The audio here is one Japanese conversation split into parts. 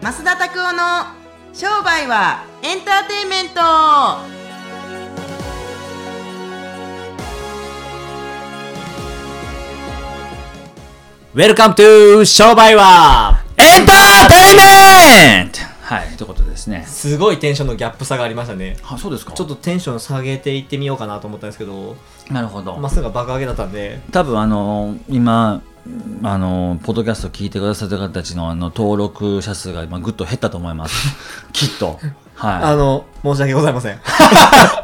増田拓夫の商売はエンターテインメントウェルカムトゥ商売はエンターテインメントはい、ということでですね。すごいテンションのギャップ差がありましたねあ、そうですかちょっとテンション下げていってみようかなと思ったんですけどなるほど。まっすぐが爆上げだったんで多分あのー今あのーポッドキャスト聞いてくださった方たちのあの登録者数が今ぐっと減ったと思います きっとあはの申し訳ございませんい、は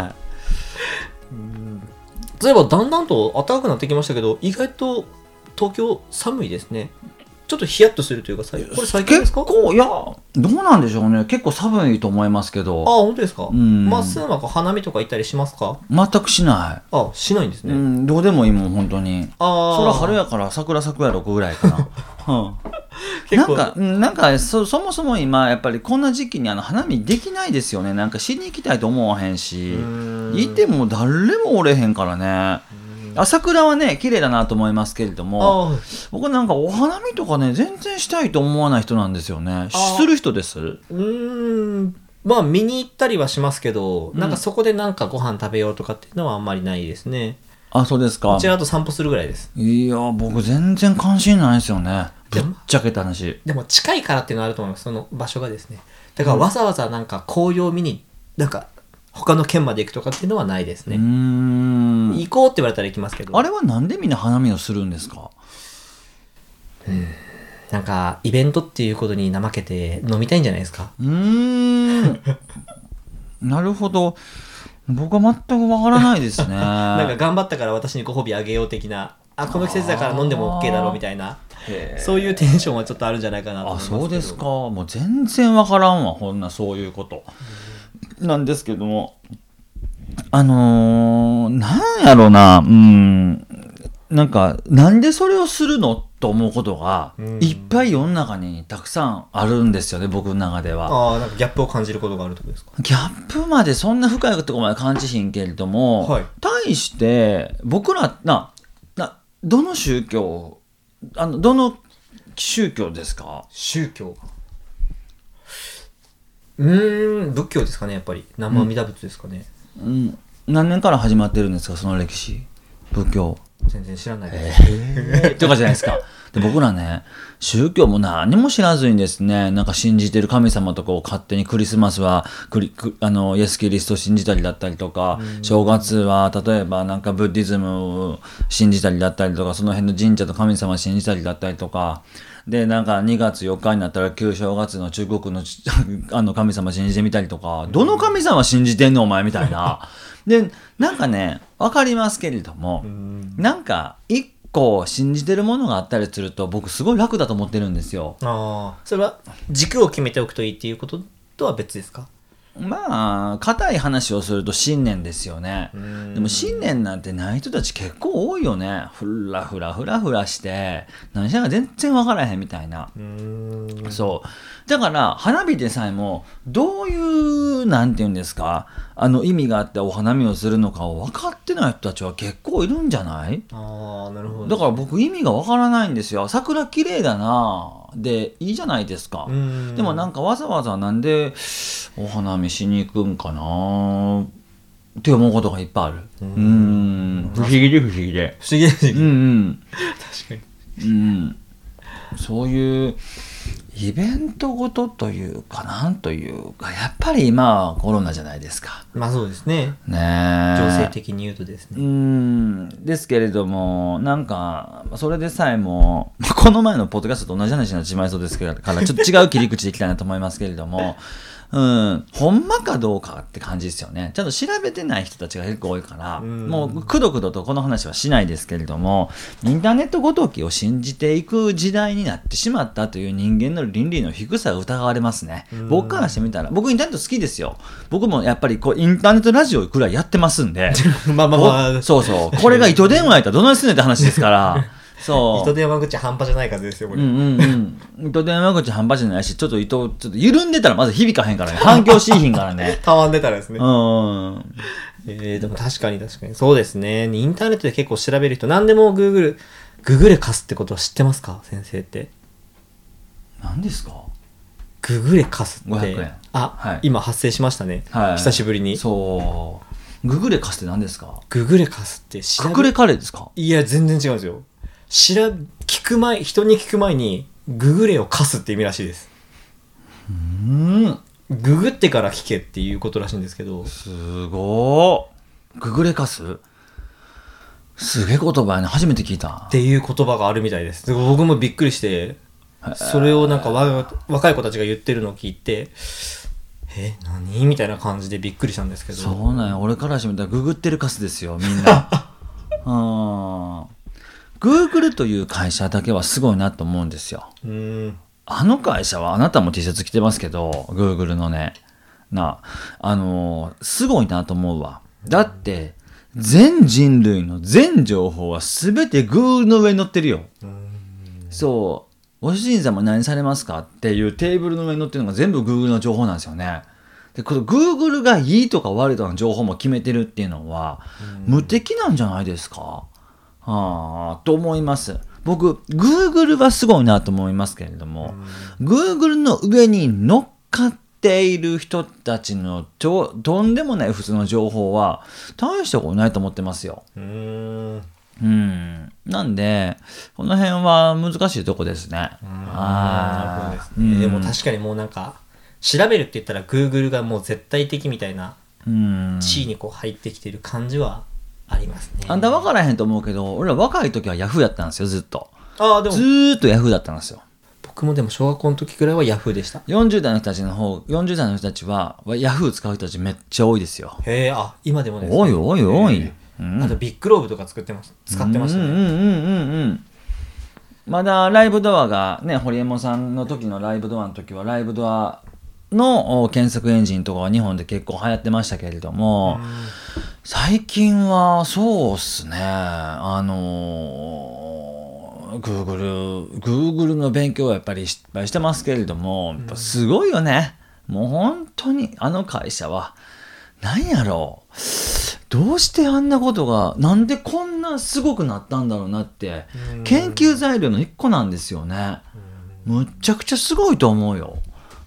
そういえばだんだんと暖かくなってきましたけど意外と東京寒いですねちょっとヒヤッとするというかさいこれ最い、近です結か構いやどうなんでしょうね結構寒いと思いますけあど本当ですかんまっすぐなんか花見とか行ったりしますか全くしなあしないんですい、ね、うん、どうでもいいもん本当にああそら春やから桜桜やろぐらいか な、うん結構なんかうんなんかそそもそも今やっぱりこんな時期にあの花見できないですよねなんかしに行きたいと思わへんしーんいても誰もおれへんからねあ桜はね綺麗だなと思いますけれどもあ僕なんかお花見とかね全然したいと思わない人なんですよねあーする人ですうーんまあ見に行ったりはしますけど、なんかそこでなんかご飯食べようとかっていうのはあんまりないですねあそうですかちらっと散歩するぐらいですいや僕全然関心ないですよねぶでっもちゃけた話でも近いからっていうのはあると思いますその場所がですねだからわざわざなんか紅葉を見になんか他の県まで行くとかっていうのはないですうーんね、行こうって言われたら行きますけどあれはなんでみんな花見をするんですかなんかイベントっていうことに怠けて飲みたいんじゃないですかうーんなるほど僕は全くわからないですね なんか頑張ったから私にご褒美あげよう的なあこの季節だから飲んでも OK だろうみたいなそういうテンションはちょっとあるんじゃないかなと思いあますけどそうですかもう全然わからんわこんなそういうことなんですけどもあのー、なんやろなうんなんかなんでそれをするのと思うことがうんいっぱい世の中にたくさんあるんですよね僕の中では。ああなんかギャップを感じることがあるってことですかギャップまでそんな深いところまで感じひんけれども、はい対して僕らななどの宗教あのどの宗教ですか宗教うーん仏教ですかねやっぱり南無阿弥陀仏ですかね、うん何年から始まってるんですかその歴史仏教全然知らないです、とかじゃないですかで僕らね宗教も何も知らずにですねなんか信じてる神様とかを勝手にクリスマスはクリクあのイエス・キリスト信じたりだったりとか、正月は例えばなんかブッディズムを信じたりだったりとかその辺の神社と神様信じたりだったりとかでなんか2月4日になったら旧正月の中国の あの神様信じてみたりとかどの神様信じてんのお前みたいな。でなんかね分かりますけれども、なんか一個信じてるものがあったりすると僕すごい楽だと思ってるんですよ。ああそれは軸を決めておくといいっていうこととは別ですかまあ硬い話をすると信念ですよね。でも信念なんてない人たち結構多いよね。ふらふらふらふらして何しながら全然分からへんみたいな。そうだから花火でさえもどういうなんて言うんですかあの意味があってお花見をするのかを分かってない人たちは結構いるんじゃないああなるほだから僕意味がわからないんですよ桜綺麗だなでいいじゃないですかうんでもなんかわざわざなんでお花見しに行くんかなって思うことがいっぱいあるうん不思議で不思議で不思議ですうんうねん確かにうん、そういうイベントごとというかなんというかやっぱり今はコロナじゃないですかまあそうですねねえ情勢的に言うとですうね、んですけれどもなんかそれでさえも この前のポッドキャストと同じ話になってしまいそうですからからちょっと違う切り口でいきたいなと思いますけれども。 うん、ほんまかどうかって感じですよね。ちゃんと調べてない人たちが結構多いから、うんもうくどくどとこの話はしないですけれども、インターネットごときを信じていく時代になってしまったという人間の倫理の低さが疑われますね。僕からしてみたら、僕インターネット好きですよ。僕もやっぱりこうインターネットラジオくらいやってますん で。まあまあまあおそうそう。 これが糸電話やったらどないすんねんって話ですから。そう。人手山口半端じゃない風ですよこれ、うんうんうん。糸電話口半端じゃないし、ちょっと糸、ちょっと緩んでたらまず響かへん からね。反響しひんからね。たわんでたらですね、うん。えー、でも確かに確かにそうですねインターネットで結構調べる人何でもグーグルググれ貸すってことは知ってますか先生って何ですかググレカスって500円あ、はい今発生しましたね、はい久しぶりにそうググレカスって何ですかググレカスって調べ隠れカレーですかいや全然違うんですよ知ら聞く前人に聞く前にググレをカスって意味らしいですうんググってから聞けっていうことらしいんですけどすごーググレカスすげえ言葉やね初めて聞いたっていう言葉があるみたいです。で僕もびっくりして、それをなんかわ若い子たちが言ってるのを聞いて、え、何みたいな感じでびっくりしたんですけど。そうなんや俺からしてみたらググってるカスですよみん なうんグーグルという会社だけはすごいなと思うんですようーん。あの会社はあなたも T シャツ着てますけど、Google のね。なあ、あのーすごいなと思うわ。だって、全人類の全情報は全て Google の上に載ってるよ。そう。ご主人様何されますかっていうテーブルの上に載ってるのが全部 Google の情報なんですよね。で、この Google がいいとか悪いとかの情報も決めてるっていうのは、無敵なんじゃないですかああ、と思います。僕、Google はすごいなと思いますけれども、Google の上に乗っかっている人たちのととんでもない普通の情報は大したことないと思ってますよ。うーん。うん。なんで、この辺は難しいとこですね。あなるほどですーうんね。でも確かにもうなんか、調べるって言ったら Google がもう絶対的みたいなうん。地位にこう入ってきてる感じはありますね。あんた分からへんと思うけど、俺ら若い時はヤフーやったんですよ、ずっと。ああ、でもずーっとヤフーだったんですよ。僕もでも小学校の時くらいは Yahoo でした。 40代の人たちの方、40代の人たちは、ヤフー使う人たちめっちゃ多いですよ。へえ、あ、今でもですね。多い多い多いへえうんあとビッグローブとか作ってます。使ってましたね。うんうんうんうんうんまだライブドアがね堀エモ門さんの時のライブドアの時はライブドアのお検索エンジンとかは日本で結構流行ってましたけれども、最近はそうっすねあのー Google, Google の勉強はやっぱり失敗してますけれどもやっぱすごいよね、もう本当にあの会社は何やろうどうしてあんなことがなんでこんなすごくなったんだろうなってうん研究材料の一個なんですよねむっちゃくちゃすごいと思うよ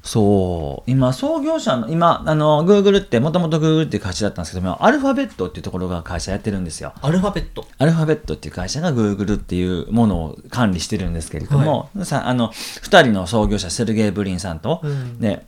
そう今創業者の今あの Google ってもともと Google っていう会社だったんですけどもアルファベットっていうところが会社やってるんですよアルファベット。アルファベットっていう会社が Google っていうものを管理してるんですけれども、さあの2人の創業者セルゲイ・ブリンさんと、うんで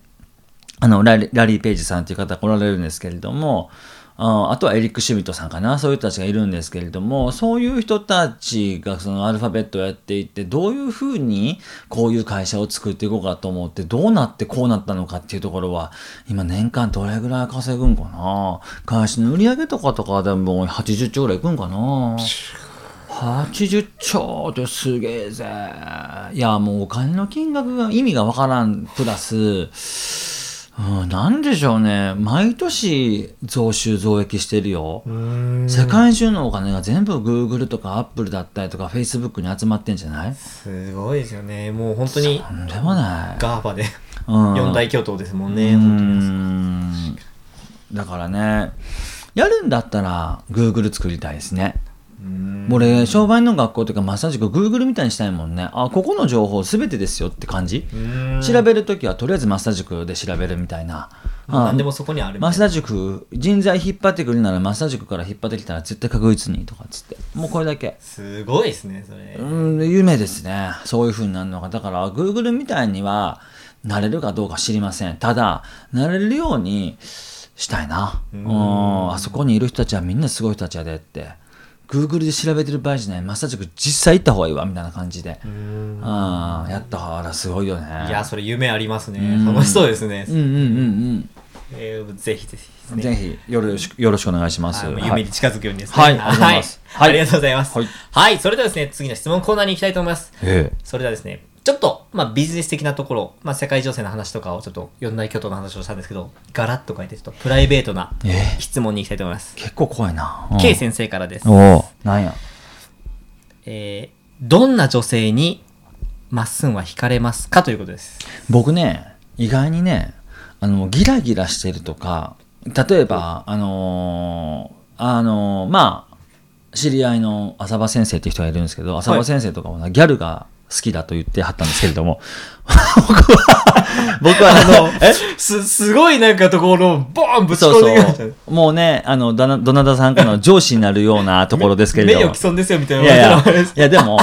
あのラリラリー・ペイジさんという方来られるんですけれどもああとはエリック・シュミットさんかなそういう人たちがいるんですけれどもそういう人たちがそのアルファベットをやっていってどういうふうにこういう会社を作っていこうかと思ってどうなってこうなったのかっていうところは今年間どれぐらい稼ぐんかな会社の売り上げとかとかでも80兆ぐらいいくんかな80兆ってすげえぜいやもうお金の金額が意味がわからんプラスうん、なんでしょうね。毎年増収増益してるよ。世界中のお金が全部 Google とか Apple だったりとか Facebook に集まってんじゃないすごいですよね。もう本当にとんでもない。ガーバでうん四大巨頭ですもんね。う本当にん。だからね、やるんだったら Google 作りたいですね。俺、商売の学校というか、まさしく Google みたいにしたいもんね。あ、ここの情報すべてですよって感じ。うん調べるときは、とりあえずマッサージ塾で調べるみたいな。まあうん何でもそこにあるみたマいスな。ター塾人材引っ張ってくるならマスター塾から引っ張ってきたら絶対確実にとかっつってもうこれだけすごいですね、それう。ん夢ですねそういう風になるのがだから Google みたいにはなれるかどうか知りませんただなれるようにしたいなうんあそこにいる人たちはみんなすごい人たちやでって Google で調べてる場合じゃないマスター塾実際行った方がいいわみたいな感じでうんやったらすごいよねいや、それ夢ありますね。楽しそうですねうん。うんうんえーぜひぜひですうんね。ぜひよろしくよろしくお願いしますはいもうは夢いに近づくようにですね。はいありがとうございますはいはいありがとうございますはい。はい、それではですね、次の質問コーナーに行きたいと思います。ええそれではですね、ちょっと、まあ、ビジネス的なところ、まあ、世界情勢の話とかをちょっと四大巨頭の話をしたんですけど、ガラッと変えて、ちょっとプライベートなええ質問に行きたいと思います。結構怖いな。 K 先生からです。おお、なんや。えーどんな女性にまっすんは惹かれますかということです。僕ね、意外にね、あの、ギラギラしてるとか、例えば、あのーあのーまあ、知り合いの浅場先生って人がいるんですけど、浅場先生とかもな、ギャルが好きだと言ってはったんですけれど も、僕は、僕はあの、えす、すごいなんかところをボーンぶちそう込んできましたそねう。もうね、あの、だなどなたさんかの上司になるようなところですけれ名ども誉毀。損ですよみたいいな。やいや、いいやでも、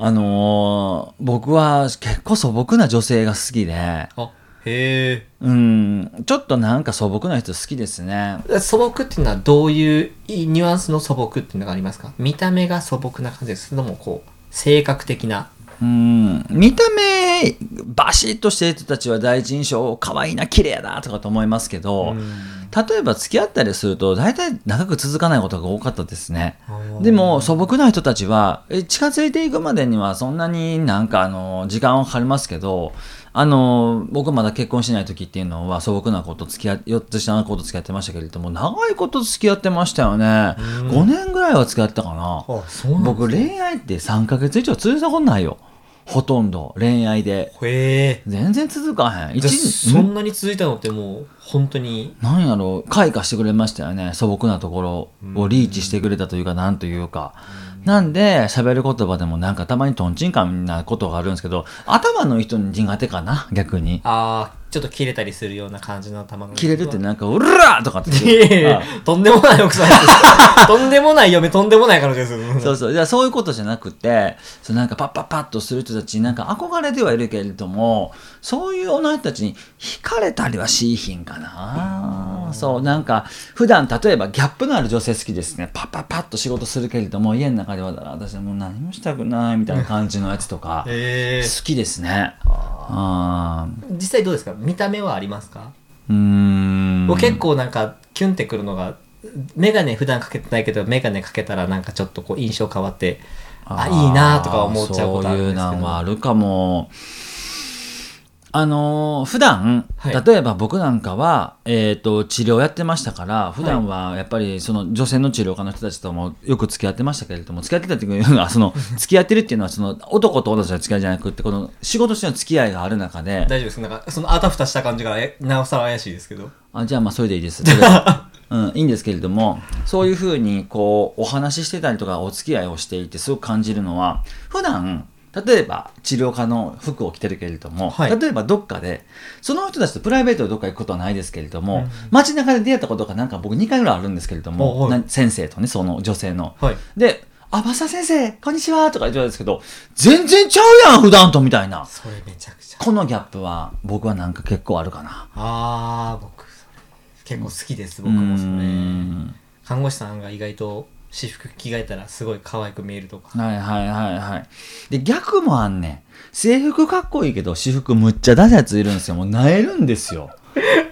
あのー僕は結構素朴な女性が好きで、 あ、へうん、ちょっとなんか素朴な人好きですね。え。素朴っていうのはどういうニュアンスの素朴っていうのがありますか見た目が素朴な感じですけども、こう、性格的な。うん、見た目、バシッとしてる人たちは第一印象、可愛いな、綺麗だとかと思いますけど、例えば付き合ったりすると、大体長く続かないことが多かったですね。でも素朴な人たちはえ近づいていくまでにはそんなになんかあの時間はかかりますけどあの僕まだ結婚しない時っていうのは素朴なこと付き合い4つ下の子と付き合ってましたけれども長いこと付き合ってましたよね5年ぐらいは付き合ったかなあそうなんだ僕恋愛って3ヶ月以上続いたことないよほとんど恋愛でへえ。全然続かへんじゃあ一そんなに続いたのってもう、本当に。なんやろう開花してくれましたよね素朴なところをリーチしてくれたというかなんというかなんで喋る言葉でもなんかたまにとんちんかんなことがあるんですけど頭のいい人に苦手かな逆にああ、ちょっと切れたりするような感じの頭の。切れるってなんか「うら!」とかっていやいやいやあとんでもない奥さんです。 とんでもない嫁、とんでもない彼女です。 そうそう。じゃそういうことじゃなくて、そうなんかパッパッパッとする人たちになんか憧れではいるけれども、そういう女の人たちに惹かれたりはしいひんかな。そう、なんか、普段例えばギャップのある女性好きですね。パッパッパッと仕事するけれども、家の中ではだら私はもう何もしたくないみたいな感じのやつとか、へー好きですね。あー実際どうですか見た目はありますか、うーん。僕結構なんかキュンってくるのが眼鏡普段かけてないけど眼鏡かけたらなんかちょっとこう印象変わってあーいいなとか思っちゃうことあるんですけどそういうのはあるかもあのー普段、はい例えば僕なんかは、えー、と治療やってましたから普段はやっぱりその女性の治療家の人たちともよく付き合ってましたけれども付き合ってたっていうのはその付き合ってるっていうのはその男と女との付き合いじゃなくってこの仕事としての付き合いがある中 で大丈夫ですなんかそのあたふたした感じがえなおさら怪しいですけどあじゃあまあそれでいい です。それでうん、いいんですけれどもそういうふうにこうお話ししてたりとかお付き合いをしていてすごく感じるのは普段例えば治療科の服を着てるけれども、はい例えばどっかでその人たちとプライベートでどっか行くことはないですけれども、街中で出会ったことがなんか僕2回ぐらいあるんですけれどおもはいな先生とねその女性の。はいで「あマサ先生こんにちは」とか言ってたんですけど全然ちゃうやん普段とみたいなそれめちゃくちゃこのギャップは僕はなんか結構あるかな。あー僕それ結構好きです僕もそれうん看護師さんが意外と私服着替えたらすごい可愛く見えるとかはいはいはいはい。で、逆もあんねん。制服かっこいいけど、私服むっちゃダサいやついるんですよ。もう、なえるんですよ。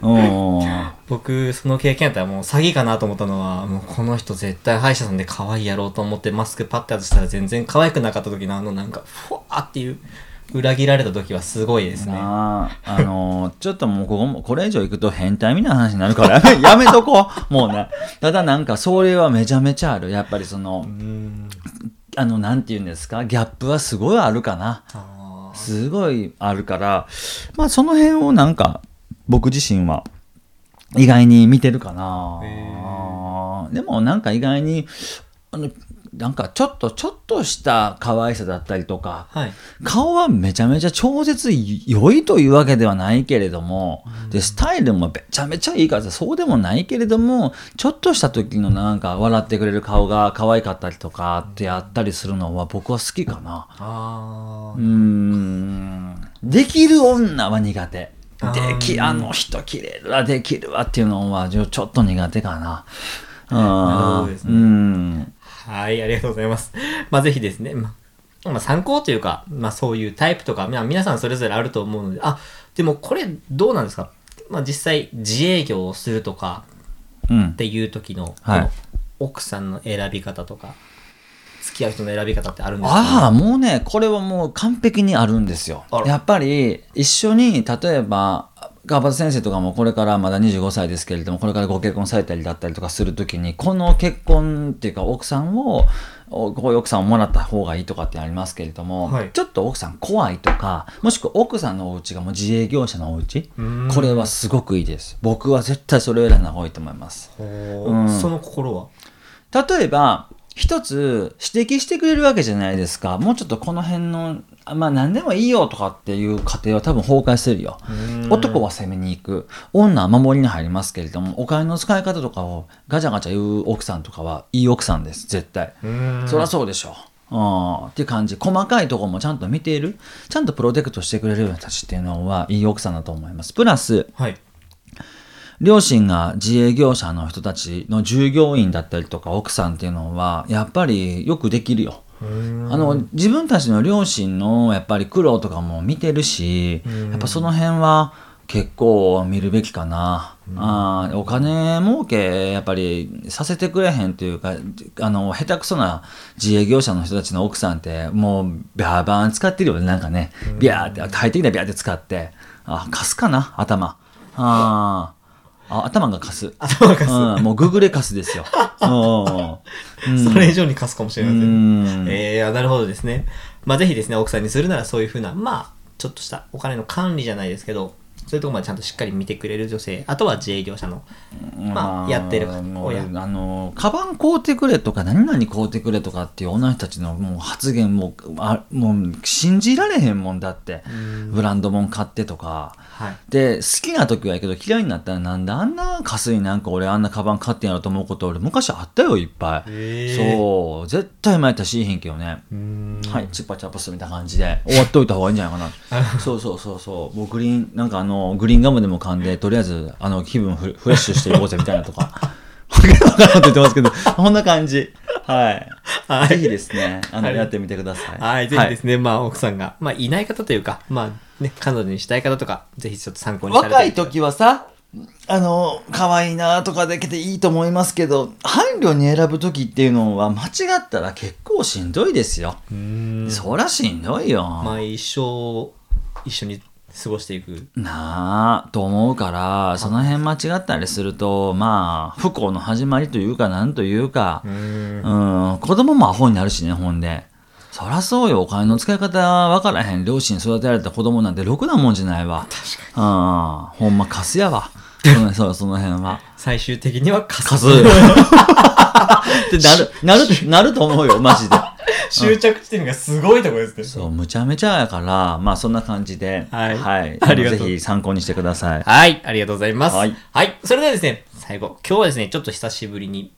うん。僕その経験やったらもう詐欺かなと思ったのはもうこの人絶対歯医者さんで可愛いやろうと思ってマスクパッて外したら全然可愛くなかった時のあのなんかふわーっていう裏切られた時はすごいですねなあ、あのーちょっともうここも、これ以上行くと変態みたいな話になるから、 やめやめとこう。もうね。ただなんか、それはめちゃめちゃある。やっぱりその、うんあの、なんて言うんですか、ギャップはすごいあるかな。あすごいあるから、まあその辺をなんか僕自身は意外に見てるかなへ。でもなんか意外にあのなんかちょっとちょっとした可愛さだったりとか、ーはい顔はめちゃめちゃ超絶良いというわけではないけれども、でスタイルもめちゃめちゃいいからそうでもないけれどもちょっとした時のなんか笑ってくれる顔が可愛かったりとかってやったりするのは僕は好きかな。あうーんできる女は苦手。あでーき、あの人綺麗だ、できるわっていうのは、ちょちょっと苦手かな。なるあほどーですうねん。はい、ありがとうございます。まあ、ぜひですね、まあ、まあ、参考というか、まあ、そういうタイプとか、まあ、皆さんそれぞれあると思うので、あ、でもこれどうなんですかまあ、実際、自営業をするとかうんっていう時の、はいこの奥さんの選び方とか、付き合う人の選び方ってあるんですかああ、もうね、これはもう完璧にあるんですよあ。らやっぱり、一緒に、例えば、川端先生とかもこれからまだ25歳ですけれども、これからご結婚されたりだったりとかするときに、この結婚っていうか、奥さんを、おこういう奥さんをもらった方がいいとかってありますけれども、はいちょっと奥さん怖いとか、もしくは奥さんのお家がもう自営業者のお家うんこれはすごくいいです。僕は絶対それを選んだ方がいいと思います。ほううんその心は例えば一つ指摘してくれるわけじゃないですか。もうちょっとこの辺の、あまあ何でもいいよとかっていう過程は多分崩壊するよ。男は攻めに行く。女は守りに入りますけれども、お金の使い方とかをガチャガチャ言う奥さんとかはいい奥さんです、絶対。そりゃそうでしょう。うん、っていう感じ細かいところもちゃんと見ているちゃんとプロテクトしてくれるような人たちっていうのはいい奥さんだと思いますプラスはい。両親が自営業者の人たちの従業員だったりとか奥さんっていうのはやっぱりよくできるよ。あの自分たちの両親のやっぱり苦労とかも見てるしやっぱその辺は結構見るべきかな。あーお金儲けやっぱりさせてくれへんというかあの下手くそな自営業者の人たちの奥さんってもうビャーバーン使ってるよねなんかねビャーって入ってきたらビャーって使ってあ貸すかな頭あーあ頭が貸す。頭が貸すうん、もうググレ貸す ですよ。うんうんそれ以上に貸すかもしれませ。うんんえー、あなるほどですね。まあ、ぜひですね、奥さんにするならそういうふうな、まあ、ちょっとしたお金の管理じゃないですけど、そういうところまでちゃんとしっかり見てくれる女性、あとは自営業者の、まあ、やってるもう親。あのカバン買うてくれとか何々買うてくれとかっていう女の人たちのもう発言もあもう信じられへんもんだってブランドもん買ってとかはい。で好きな時はいいけど嫌いになったらなんであんなかすいなんか俺あんなカバン買ってんやろと思うこと俺昔あったよいっぱいへーそう絶対前やったらしいへんけどねはいチッパチャッパすみたいな感じで終わっといた方がいいんじゃないかな そうそうそうそうもうグリーンなんかあのグリーンガムでも噛んでとりあえずあの気分フレフレッシュしていこうぜみたいなとか わけわからんこと言ってますけどこんな感じはい、はいぜひですねあの、はいやってみてくださいはい、ぜひですね、まあ、奥さんが、まあ、いない方というか、まあ、ね、彼女にしたい方とか、ぜひちょっと参考にされて若い時はさあの可愛いなとかだけでいいと思いますけど伴侶に選ぶ時っていうのは間違ったら結構しんどいですよそりゃしんどいよ、まあ、一生、一緒に過ごしていく。なあと思うからその辺間違ったりするとまあ不幸の始まりというかなんというかうん子供もアホになるしねほんでそらそうよお金の使い方わからへん両親育てられた子供なんてろくなもんじゃないわ確かにうんほんまカスやわそのそうその辺は最終的にはかカすスっ てなるなるなると思うよマジで終着地点がすごいところですね。そうむちゃめちゃやからまあそんな感じでははいはい、ありがとうぜひ参考にしてくださいはい、ありがとうございます。ははいい。それではですね、最後、今日はですね、ちょっと久しぶりに、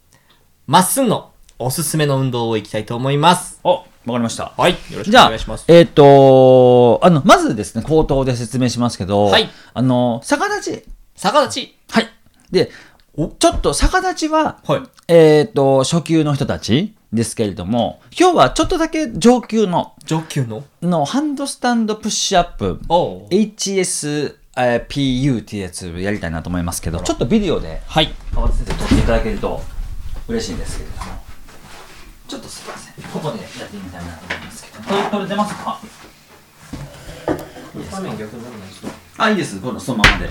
まっすんのおすすめの運動をいきたいと思います。おわかりましたはい、よろしくおじゃあ願いします、。えっ、とあの、まずですね、口頭で説明しますけど、はいあの、逆立ち。逆立ち。はい。で、ちょっと逆立ちは、はいえっ、と、初級の人たちですけれども、今日はちょっとだけ上級の、上級ののハンドスタンドプッシュアップ、おう HSPU っていうやつやりたいなと思いますけど、ちょっとビデオで、はい。川端先生撮っていただけると嬉しいんですけれども、ちょっとすいません、ここでやってみたいなと思いますけど、これこれ出ますか画面逆にならないあ、いいです。このそのままで。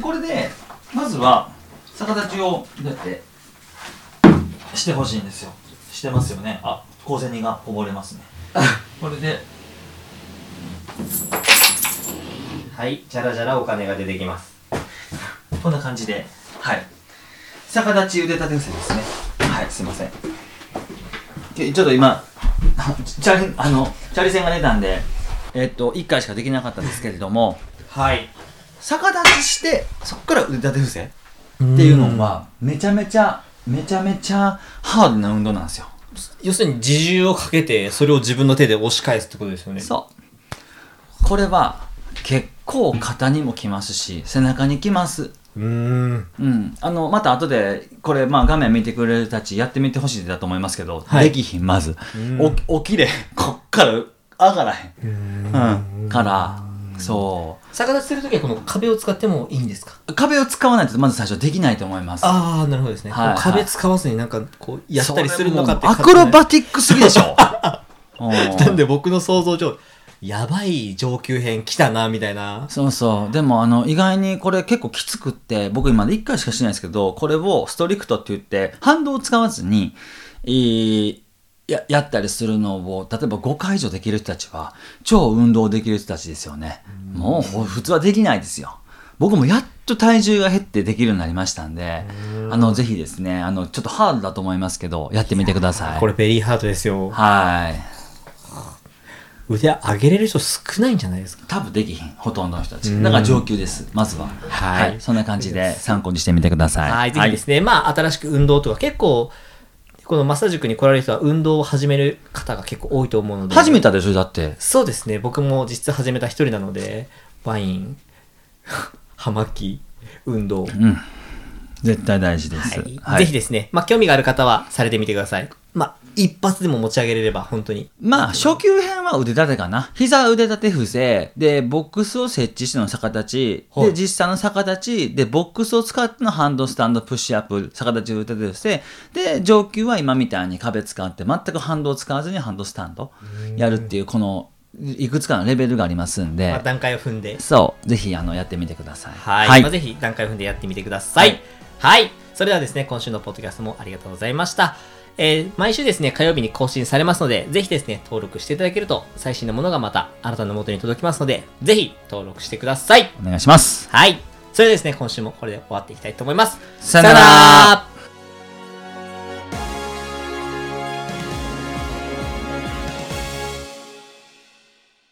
これで、まずは、逆立ちを、どうやって、してほしいんですよ。してますよね。あ、小銭がこぼれますね。これで、はい、じゃらじゃらお金が出てきます。こんな感じで、はい。逆立ち腕立て伏せですね。はい、すいません。でちょっと今、 チャリ、あの、チャリ線が出たんで、えっと、1回しかできなかったんですけれども、はい。逆立ちしてそこから腕立て伏せっていうのはめちゃめちゃめちゃめちゃハードな運動なんですよ要するに自重をかけて、それを自分の手で押し返すってことですよね。そうこれは結構肩にもきますし背中にきますう。うーん。うん、あのまた後でこれ、まあ、画面見てくれる人たちやってみてほしいだと思いますけど、はいできひんまずお起きれこっから上がらへんうん、からそ逆立ちするときはこの壁を使ってもいいんですかう壁を使わないとまず最初できないと思いますああ、なるほどですね。はいこう壁使わずになんかこう、やったりするのかって。それもうアクロバティックすぎで しょななんで僕の想像上、やばい上級編来たな、みたいな。そうそうでもあの意外にこれ結構きつくって僕今まで1回しかしてないですけどこれをストリクトって言って反動を使わずに、えーややったりするのを例えば5回以上できる人たちは超運動できる人たちですよねもうほ普通はできないですよ僕もやっと体重が減ってできるようになりましたんでうどあの、ぜひですね、あの、ちょっとハードだと思いますけど、やってみてください。これベリーハートですよ。はい。腕上げれる人少ないんじゃないですか。多分できひん、ほとんどの人たち。だから上級です、まずは。はいそんな感じで参考にしてみてください。はい、ぜひですね、まあ、新しく運動とか、結構、このマッサージ塾に来られる人は運動を始める方が結構多いと思うので。始めたでしょ、だって。そうですね、僕も実質始めた一人なので、ワイン、 葉巻、運動、絶対大事です。ぜひですね、まあ、興味がある方はされてみてください。まあ、一発でも持ち上げれれば、本当に。まあ、初級編は腕立てかな。膝腕立て伏せ、で、ボックスを設置しての逆立ち、はいで、実際の逆立ち、で、ボックスを使ってのハンドスタンド、プッシュアップ、逆立ち腕立て伏せ、で、上級は今みたいに壁使って、全くハンドを使わずにハンドスタンドやるっていう、この、いくつかのレベルがありますんで、まあ、段階を踏んで。そう、ぜひ、あの、やってみてください。はい。はいまあ、ぜひ段階を踏んでやってみてください。はい。それではですね、今週のポッドキャストもありがとうございました。えー毎週ですね、火曜日に更新されますので、ぜひですね、登録していただけると、最新のものがまた、新たな元に届きますので、ぜひ、登録してください。お願いします。はい。それではですね、今週もこれで終わっていきたいと思います。さよなら